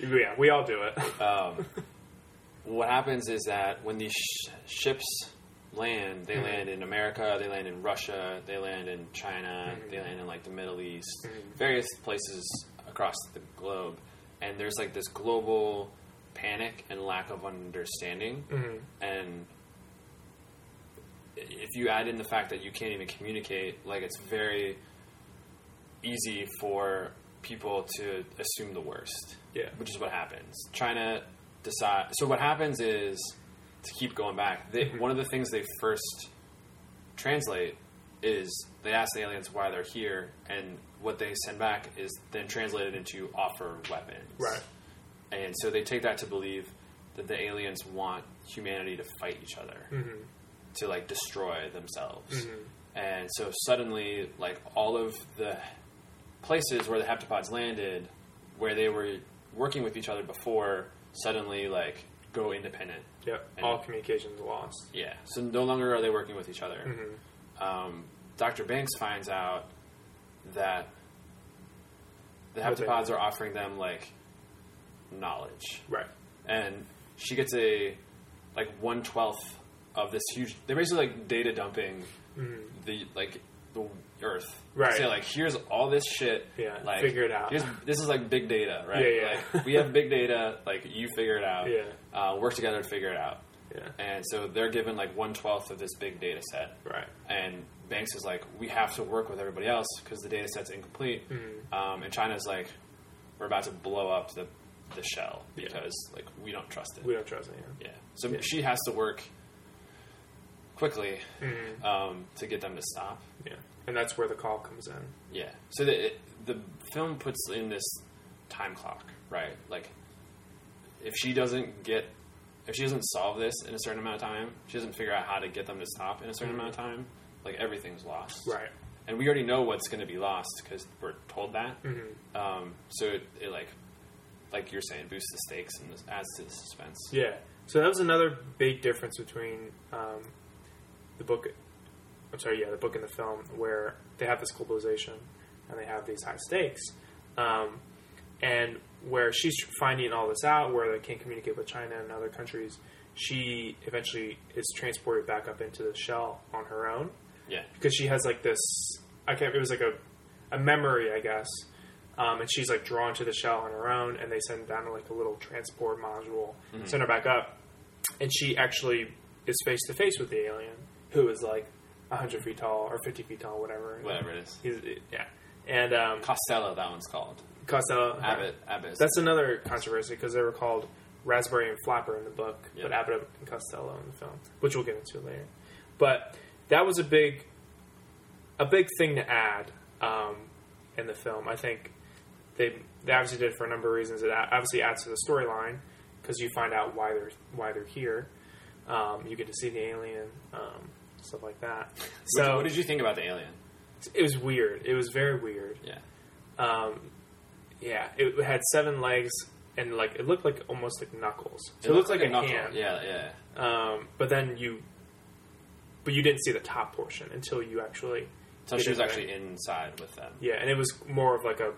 S2: Yeah, we all do it.
S1: um, what happens is that when these sh- ships land, they land in America, they land in Russia, they land in China, they land in like the Middle East, various places across the globe, and there's like this global panic and lack of understanding, and if you add in the fact that you can't even communicate, like it's very easy for people to assume the worst
S2: yeah,
S1: which is what happens. China decide. So what happens is to keep going back. They,
S2: Mm-hmm.
S1: One of the things they first translate is they ask the aliens why they're here, and what they send back is then translated into offer weapons.
S2: right.
S1: And so they take that to believe that the aliens want humanity to fight each other,
S2: Mm-hmm.
S1: to like destroy themselves. And so suddenly, like all of the places where the heptapods landed, where they were working with each other before, suddenly like go independent.
S2: Yep.
S1: And-
S2: all communications lost.
S1: Yeah. So no longer are they working with each other.
S2: Mm-hmm.
S1: Um, Dr. Banks finds out that the
S2: What they-
S1: heptapods are offering them like knowledge
S2: Right.
S1: and she gets a like one twelfth of this huge. They're basically like data dumping the like the Earth.
S2: Mm-hmm. Right.
S1: Say like here's all this shit.
S2: Yeah,
S1: Like
S2: figure it out.
S1: here's- this is like big data, right?
S2: Yeah, yeah.
S1: Like, we have big data. Like you figure it out.
S2: Yeah.
S1: Uh, work together to figure it out.
S2: Yeah.
S1: And so they're given like one twelfth of this big data set.
S2: Right.
S1: And Banks is like, we have to work with everybody else because the data set's incomplete.
S2: Hmm.
S1: Um, and China's like, we're about to blow up the, the shell
S2: Yeah.
S1: because like we don't trust it.
S2: We don't trust anyone.
S1: yeah. So
S2: Yeah.
S1: she has to work quickly
S2: Hmm.
S1: um, to get them to stop.
S2: Yeah, and that's where the call comes in.
S1: Yeah. So the it, the film puts in this time clock, right? Like, if she doesn't get, if she doesn't solve this in a certain amount of time, she doesn't figure out how to get them to stop in a certain amount of time. Like everything's lost,
S2: Hmm. Right.
S1: And we already know what's going to be lost because we're told that.
S2: Mm-hmm.
S1: Um, so it, it like, like you're saying, boosts the stakes and this adds to the suspense.
S2: Yeah. So that was another big difference between um, the book. I'm sorry, yeah, the book and the film, where they have this globalization and they have these high stakes, um, and where she's finding all this out, where they can't communicate with China and other countries, she eventually is transported back up into the shell on her own
S1: Yeah.
S2: because she has like this. I can't. It was like a, a memory, I guess. Um, and she's like drawn to the shell on her own, and they send down like a little transport module,
S1: Mm-hmm.
S2: send her back up, and she actually is face to face with the alien who is like hundred feet tall or fifty feet tall, whatever.
S1: Whatever it is.
S2: He's, yeah, and um,
S1: Costello, that one's called.
S2: Costello
S1: Abbott. Abbott.
S2: that's another controversy because they were called Raspberry and Flapper in the book, but
S1: Yeah.
S2: Abbott and Costello in the film, which we'll get into later. But that was a big, a big thing to add um, in the film. I think they they obviously did it for a number of reasons. It a- obviously adds to the storyline because you find out why they're why they're here. Um, you get to see the alien, um, stuff like that.
S1: What-
S2: So
S1: what did you think about the alien?
S2: it was weird. It was very weird.
S1: Yeah.
S2: Um, yeah, it had seven legs and like it looked like almost like knuckles. So it,
S1: looks
S2: looked like, a
S1: knuckle.
S2: hand.
S1: Yeah, yeah.
S2: Um, but then you, but you didn't see the top portion until you actually.
S1: So
S2: get
S1: she was
S2: into it.
S1: actually inside with them.
S2: Yeah, and it was more of like a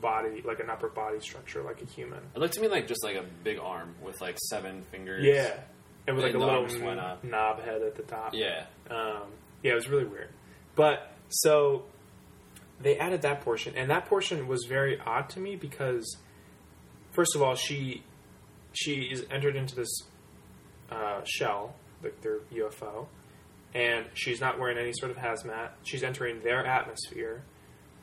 S2: body, like an upper body structure, like a human.
S1: It looked to me like just like a big arm with like seven fingers.
S2: Yeah, and with like
S1: And
S2: a
S1: the
S2: little
S1: arms went up.
S2: knob head at the top.
S1: Yeah.
S2: Um, yeah, it was really weird. But so they added that portion, and that portion was very odd to me because, first of all, she she is entered into this uh, shell, like their UFO, and she's not wearing any sort of hazmat. She's entering their atmosphere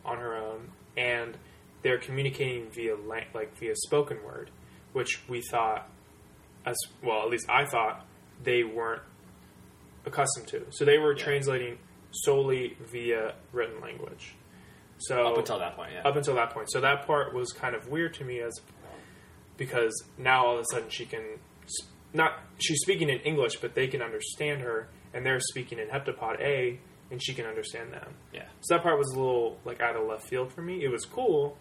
S2: on her own, and they're communicating via la- like via spoken word, which we thought, as well, at least I thought they weren't accustomed to. So they were
S1: Yeah.
S2: translating solely via written language. So
S1: Up until that point, yeah.
S2: Oh. up until that point. So that part was kind of weird to me as because now all of a sudden she can s- not she's speaking in English, but they can understand her, and they're speaking in Heptapod A, and she can understand them.
S1: yeah.
S2: So that part was a little like out of left field for me. It was cool.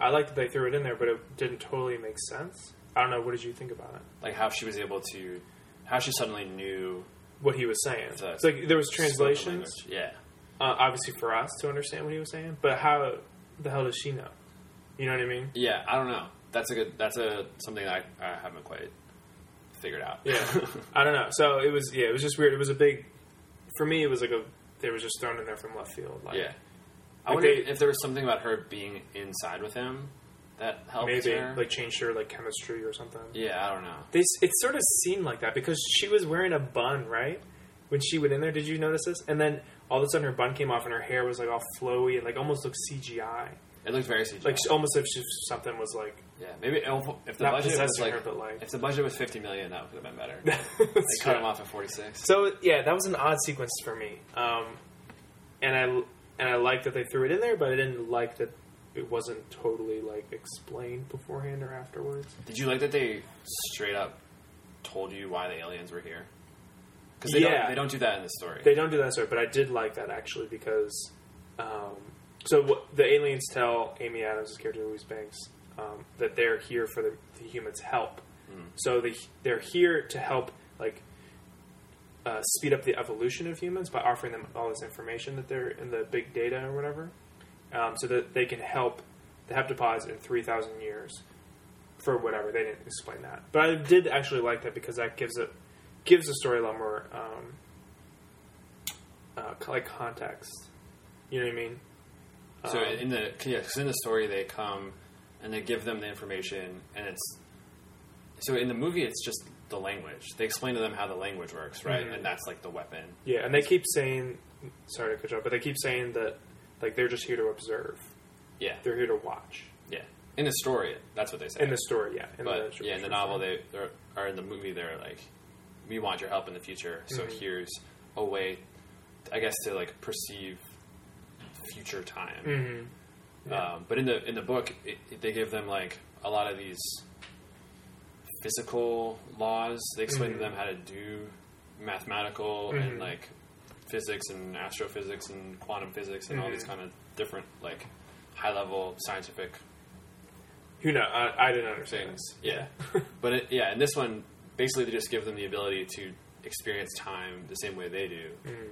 S2: I liked that they threw it in there, but it didn't totally make sense. I don't know. What did you think about it?
S1: Like how she was able to how she suddenly knew
S2: What he was saying.
S1: The-
S2: It's like there was
S1: spoken
S2: translations,
S1: language. Yeah.
S2: uh, obviously for us to understand what he was saying. But how the hell does she know? You know what I mean?
S1: Yeah, I don't know. That's a good that's a something that I, I haven't quite figured out.
S2: Yeah, I don't know. So it was yeah, it was just weird. It was a big for me. It was like a they were just thrown in there from left field. Like,
S1: yeah. I
S2: Like
S1: wonder
S2: they-
S1: if there was something about her being inside with him that helped
S2: maybe
S1: her.
S2: like changed her like chemistry or something.
S1: yeah, I don't know.
S2: They s- it sort of seemed like that because she was wearing a bun right when she went in there. Did you notice this? And then all of a sudden her bun came off and her hair was like all flowy and like almost looked CGI.
S1: It looked very CGI.
S2: Like almost if she, something was like
S1: yeah, maybe if- if the
S2: Not
S1: budget was
S2: possessing
S1: like,
S2: her, but, like-
S1: if the budget was fifty million, that would have been better. they
S2: That's
S1: cut
S2: right.
S1: him off at forty six.
S2: So yeah, that was an odd sequence for me, um, and I and I like that they threw it in there, but I didn't like that it wasn't totally like explained beforehand or afterwards.
S1: Did you like that they straight up told you why the aliens were here? Because they
S2: Yeah.
S1: don't they don't do that in the story.
S2: They don't do that sort, but I did like that actually because um, so what, the aliens tell Amy Adams' character Louise Banks um, that they're here for the, the humans' help. So they they're here to help like uh, speed up the evolution of humans by offering them all this information that they're in the big data or whatever, um, so that they can help the heptapods in three thousand years for whatever. They didn't explain that, but I did actually like that because that gives it gives the story a lot more um, uh, co- like context. You know what I mean?
S1: So
S2: Um,
S1: in the yeah, 'cause in the story they come and they give them the information, and it's so in the movie it's just the language. They explain to them how the language works, right?
S2: Mhm.
S1: And that's like the weapon.
S2: Yeah, and they keep saying, sorry to cut you off, but they keep saying that like they're just here to observe.
S1: Yeah,
S2: They're here to watch.
S1: yeah. In the story, that's what they say.
S2: In the story, yeah. In
S1: but
S2: the,
S1: yeah, in the novel they they're- or in the movie they're like, we want your help in the future, so
S2: Mm-hmm.
S1: here's a way, I guess, to like perceive future time.
S2: Mm-hmm.
S1: Um, but in the in the book, it, it- they give them like a lot of these physical laws. They explain to them how to do mathematical and
S2: Mhm.
S1: like physics and astrophysics and quantum physics and all these
S2: Mhm.
S1: kind of different like high level scientific
S2: Who know? I, I didn't understand.
S1: things. Yeah, but it, yeah, in this one, basically they just give them the ability to experience time the same way they do,
S2: Mm.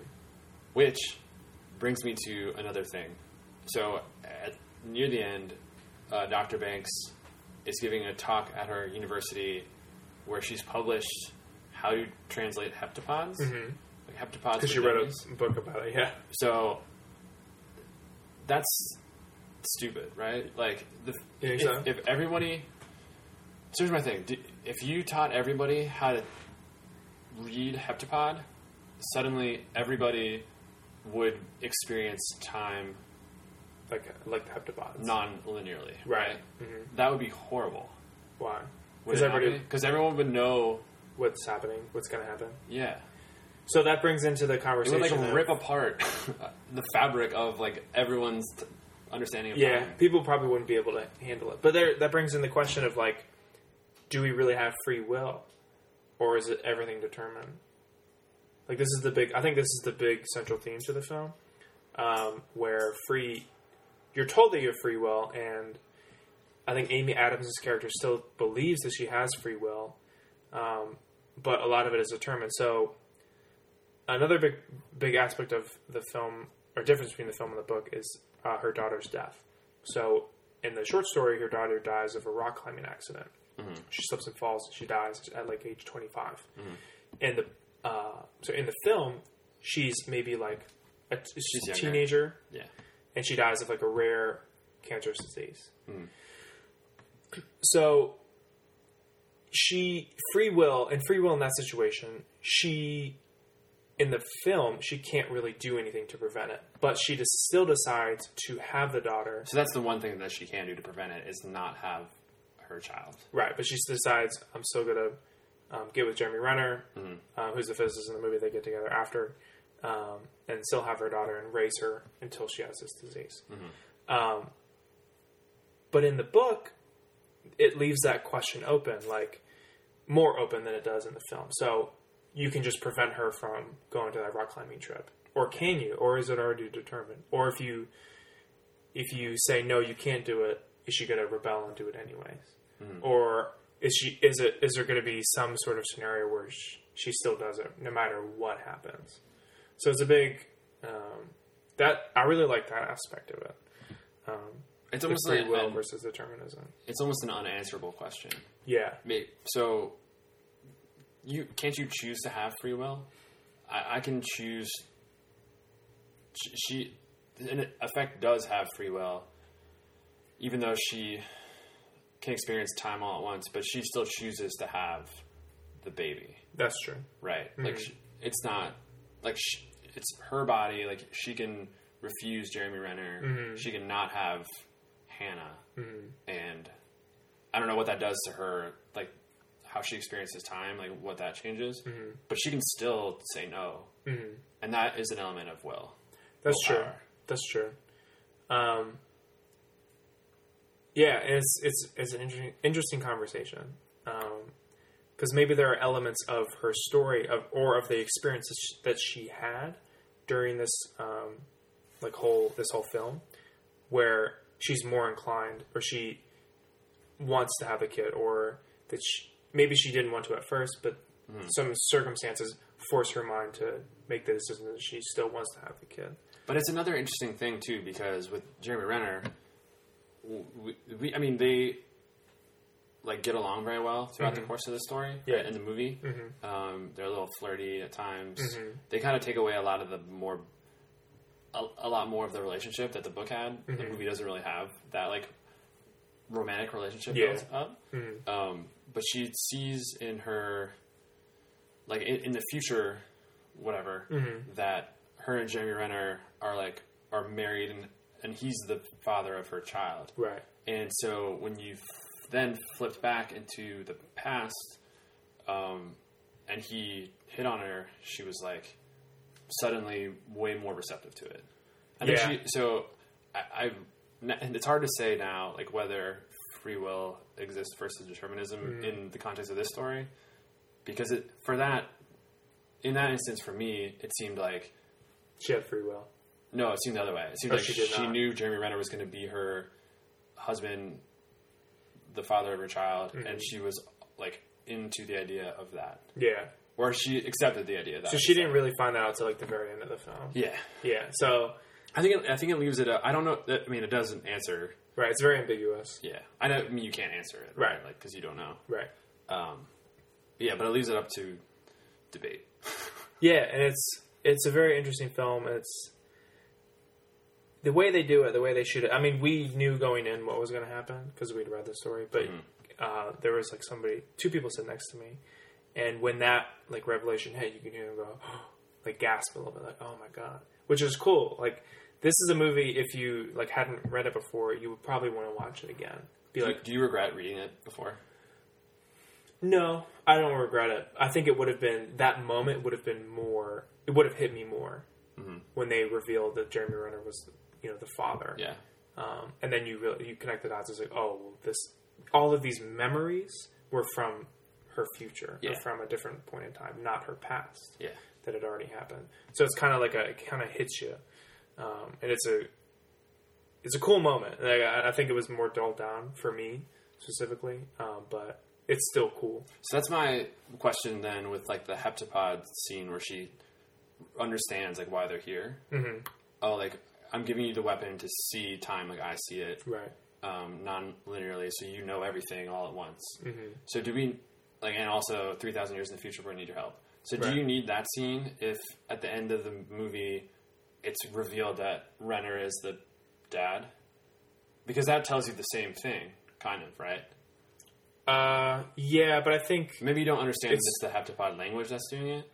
S1: which brings me to another thing. So at, near the end, uh, Dr. Banks is giving a talk at her university where she's published how to translate heptapods.
S2: Mm-hmm.
S1: Like heptapods.
S2: Because
S1: for
S2: she read
S1: dummies.
S2: a book about it. Yeah.
S1: So that's stupid, right? Like, the,
S2: Yeah,
S1: if-
S2: exactly.
S1: if, everybody. So here's my thing: D- if you taught everybody how to read heptapod, suddenly everybody would experience time
S2: Like like the heptapods.
S1: non-linearly,
S2: Right.
S1: right? That would be horrible.
S2: Why?
S1: Would
S2: Because
S1: it
S2: everybody
S1: not be? 'Cause everyone would know,
S2: what's happening, what's going to happen.
S1: yeah.
S2: So that brings into the
S1: It
S2: conversation.
S1: would like
S2: of-
S1: rip apart the fabric of like everyone's t- understanding of
S2: yeah,
S1: time.
S2: people probably wouldn't be able to handle it. But there, that brings in the question of like, do we really have free will, or is it everything determined? Like this is the big. I think this is the big central theme to the film, um, where free, you're told that you have free will, and I think Amy Adams' character still believes that she has free will, um, but a lot of it is determined. So another big big aspect of the film or difference between the film and the book is uh, her daughter's death. So in the short story, her daughter dies of a rock climbing accident. She slips and falls. and She dies at like age twenty And the uh, so in the film, she's maybe like a t- she's a
S1: younger.
S2: teenager,
S1: Yeah.
S2: and she dies of like a rare cancerous disease. So she free will and free will in that situation, she in the film she can't really do anything to prevent it, but she just still decides to have the daughter.
S1: So that's the one thing that she can do to prevent it is not have her child.
S2: Right, but she s- decides I'm still gonna um, get with Jeremy Renner, uh, who's the physicist in the movie. They get together after, um, and still have her daughter and raise her until she has this disease. Um, but in the book, it leaves that question open, like more open than it does in the film. So you can just prevent her from going to that rock climbing trip, or can you? Or is it already determined? Or if you if you say no, you can't do it, is she going to rebel and do it anyways? Or is she is it is there going to be some sort of scenario where she, she still does it no matter what happens? So it's a big um, that I really like that aspect of it. Um,
S1: It's
S2: the
S1: almost
S2: free
S1: like um,
S2: will
S1: an,
S2: versus determinism.
S1: it's almost an unanswerable question.
S2: Yeah,
S1: Ma- So you can't you choose to have free will? I, I can choose. She, she in effect does have free will, even though she can experience time all at once. But she still chooses to have the baby.
S2: that's true.
S1: right like sh it's not like sh it's her body like she can refuse jeremy renner she can not have hannah and i don't know what that does to her like how she experiences time like what that changes but she can still say no and that is an element of will
S2: That's true.
S1: willpower.
S2: That's true. Um, yeah, and it's it's it's an interesting interesting conversation because maybe there are elements of her story of or of the experiences sh- that she had during this um, like whole this whole film where she's more inclined or she wants to have a kid or that she, maybe she didn't want to at first but some circumstances force her mind to make the decision that she still wants to have the kid
S1: But it's another interesting thing too, because with Jeremy Renner, w- we, we I mean they like get along very well throughout the course of the story.
S2: Mm-hmm. Yeah. Mm-hmm.
S1: in the movie, um, they're a little flirty at times. They kind of take away a lot of the more. A, a lot more of the relationship that the book had.
S2: Mm-hmm.
S1: The movie doesn't really have that like romantic relationship
S2: Yeah. Mm-hmm.
S1: built up. Um, but she sees in her like in, in the future, whatever, that her and Jeremy Renner are like are married and and he's the father of her child.
S2: Right.
S1: And so when you then flipped back into the past, um, and he hit on her, she was like suddenly way more receptive to it. I think
S2: Yeah.
S1: she, so I, I, and it's hard to say now, like whether free will exists versus determinism in the context of this story, because it for that, in that instance, for me, it seemed like
S2: She had free will.
S1: no, it seemed the other way. It seemed
S2: Oh,
S1: like
S2: she
S1: she,
S2: did not.
S1: knew Jeremy Renner was going to be her husband, the father of her child,
S2: Mm-hmm.
S1: and she was like into the idea of that,
S2: Yeah.
S1: or she accepted the idea of that.
S2: So she didn't really find that out till like the very end of the film.
S1: Yeah,
S2: Yeah. So
S1: I think it, I think it leaves it. Up. I don't know. I mean, it doesn't answer.
S2: Right, it's very ambiguous.
S1: Yeah, I know. I mean, you can't answer it,
S2: Right.
S1: Like because you don't know.
S2: Right.
S1: Um, yeah, but it leaves it up to debate.
S2: Yeah, and it's it's a very interesting film. It's the way they do it, the way they shoot it. I mean, we knew going in what was going to happen because we'd read the story, but uh, there was like somebody, two people sit next to me, and when that like revelation hit, you can hear them go like gasp a little bit, like oh my god, which is cool. Like this is a movie if you like hadn't read it before, you would probably want to watch it again. Be like,
S1: Like, do you regret reading it before?
S2: no, I don't regret it. I think it would have been that moment would have been more. It would have hit me more
S1: Mm-hmm.
S2: when they revealed that Jeremy Renner was, you know, the father.
S1: Yeah.
S2: Um, and then you really you connect the dots. It's like, oh, well, this all of these memories were from her future, or
S1: Yeah.
S2: from a different point in time, not her past
S1: Yeah.
S2: that had already happened. So it's kind of like a it kind of hits you, um, and it's a it's a cool moment. Like, I, I think it was more dulled down for me specifically, um, but it's still cool.
S1: So that's my question then with like the heptapod scene where she understands like why they're here. Mm-hmm. Oh, like I'm giving you the weapon to see time like I see it
S2: Right.
S1: um, non-linearly, so you know everything all at once. Mm-hmm. So do we like, and also three thousand years in the future, we're gonna need your help. So
S2: Right.
S1: do you need that scene if at the end of the movie it's revealed that Renner is the dad? Because that tells you the same thing, kind of, right?
S2: Uh, yeah, but I think
S1: Maybe you don't understand
S2: It's-
S1: it's, the heptapod language that's doing it.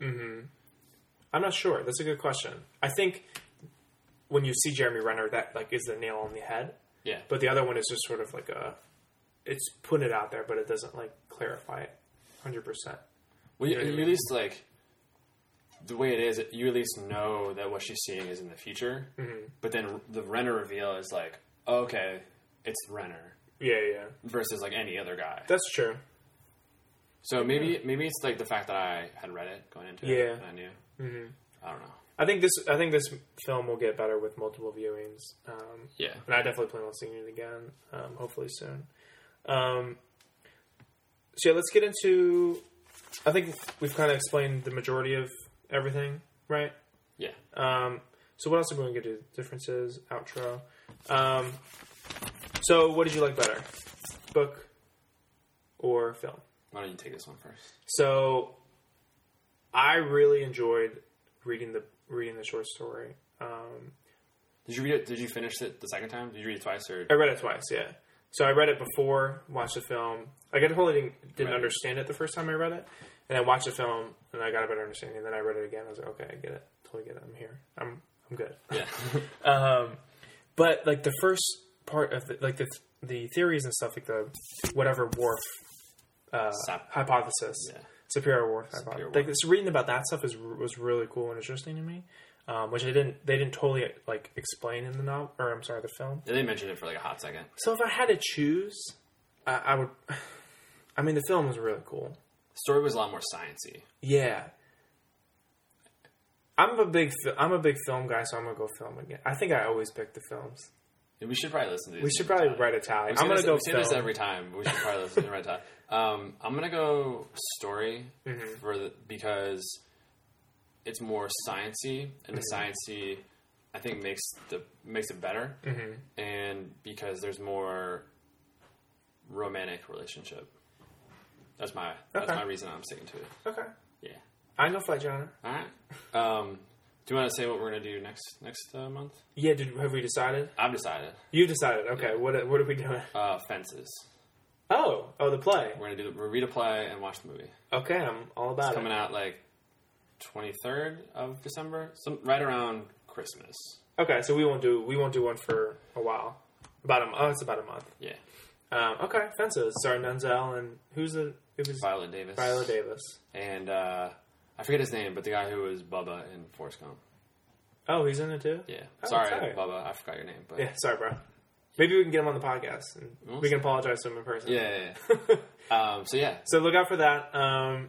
S2: I'm not sure. That's a good question. I think when you see Jeremy Renner, that like is the nail on the head.
S1: Yeah,
S2: But the other one is just sort of like a, it's putting it out there, but it doesn't like clarify it, hundred percent.
S1: Well, you,
S2: Yeah, yeah,
S1: you
S2: yeah.
S1: at least like the way it is. You at least know that what she's seeing is in the future. Mm-hmm. But then the Renner reveal is like, okay, it's Renner
S2: Yeah, yeah,
S1: versus like any other guy.
S2: that's true.
S1: So maybe maybe it's like the fact that I had read it going into
S2: Yeah.
S1: it. And I knew. Mm-hmm. I don't know.
S2: I think this. I think this film will get better with multiple viewings. Um,
S1: Yeah.
S2: and I definitely plan on seeing it again, um, hopefully soon. Um, so yeah, let's get into. I think we've kind of explained the majority of everything, right?
S1: Yeah.
S2: Um, so what else are we going to get to? Differences, outro. Um, so what did you like better, book or film?
S1: Why don't you take this one first?
S2: So I really enjoyed reading the reading the short story. Um,
S1: Did you read it? Did you finish it the second time? Did you read it twice or?
S2: I read it twice, yeah. So I read it before, watched the film. Like I totally didn't, didn't
S1: Right.
S2: understand it the first time I read it, and I watched the film and I got a better understanding. Then I read it again. I was like, okay, I get it, totally get it. I'm here. I'm I'm good.
S1: Yeah.
S2: Um, but like the first part of the, like the the theories and stuff, like the whatever Wharf uh,
S1: Sap-
S2: hypothesis,
S1: Yeah.
S2: Superior Wharf hypothesis.
S1: Whorf.
S2: Like this reading about that stuff is was really cool and interesting to me, um, which I didn't they didn't totally like explain in the novel or I'm sorry the film.
S1: they mentioned it for like a hot second.
S2: So if I had to choose, I, I would. I mean, the film was really cool.
S1: The story was a lot more sciency.
S2: Yeah. I'm a big fi- I'm a big film guy, so I'm gonna go film again. I think I always pick the films.
S1: We should probably listen to. These
S2: We should probably write a tally. I'm gonna
S1: this,
S2: go
S1: we say
S2: film.
S1: this every time. but We should probably listen to the right time. Um, I'm gonna go story
S2: Mm-hmm.
S1: for the, because it's more sciency, and
S2: Mm-hmm.
S1: the sciency I think makes the makes it better,
S2: Mm-hmm.
S1: and because there's more romantic relationship. That's my that's
S2: Okay.
S1: my reason I'm sticking to it.
S2: Okay.
S1: Yeah.
S2: I know flight genre.
S1: All right. Um, do you want to say what we're gonna do next next uh, month?
S2: Yeah. Did have we decided?
S1: I've decided
S2: You decided. Okay. What What are we doing?
S1: uh, fences.
S2: Oh. Oh, the play.
S1: We're gonna do we're read a play and watch the movie.
S2: Okay. I'm all about
S1: coming
S2: it.
S1: out like 23rd of December, some right around Christmas.
S2: Okay. So we won't do we won't do one for a while. About a m- oh, it's about a month.
S1: Yeah,
S2: Um, okay. Fences. Sorry, Nunzel and who's the it was
S1: Violet Davis.
S2: Viola Davis.
S1: And uh, I forget his name, but the guy who was Bubba in Forrest Gump.
S2: Oh, he's in it too.
S1: Yeah,
S2: Oh,
S1: sorry,
S2: sorry.
S1: Bubba, I forgot your name, but
S2: Yeah. Sorry, bro. Maybe we can get him on the podcast and
S1: We'll
S2: we can apologize to him in person.
S1: yeah, yeah, yeah. um, so yeah,
S2: So look out for that. Um,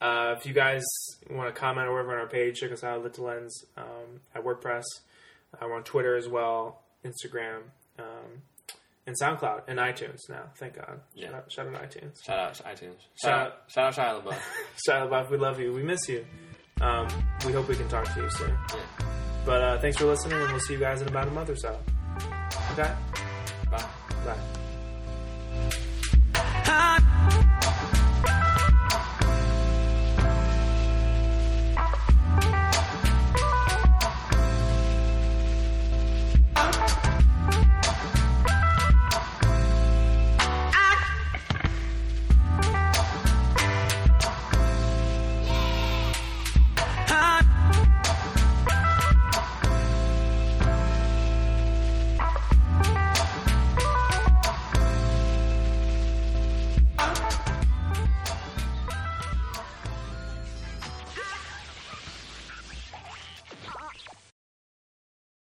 S2: uh, if you guys want to comment or whatever on our page, check us out at LitLens um, at WordPress. Uh, we're on Twitter as well, Instagram, um, and SoundCloud and iTunes now. Thank God.
S1: Yeah.
S2: Shout, out, shout out iTunes.
S1: shout out iTunes.
S2: Shout
S1: Shout out, shout out Shia LaBeouf.
S2: Shout out, love. We love you. We miss you. Um, we hope we can talk to you soon.
S1: yeah.
S2: But uh, thanks for listening, and we'll see you guys in about a month or so. Okay?
S1: Bye.
S2: Bye.
S3: I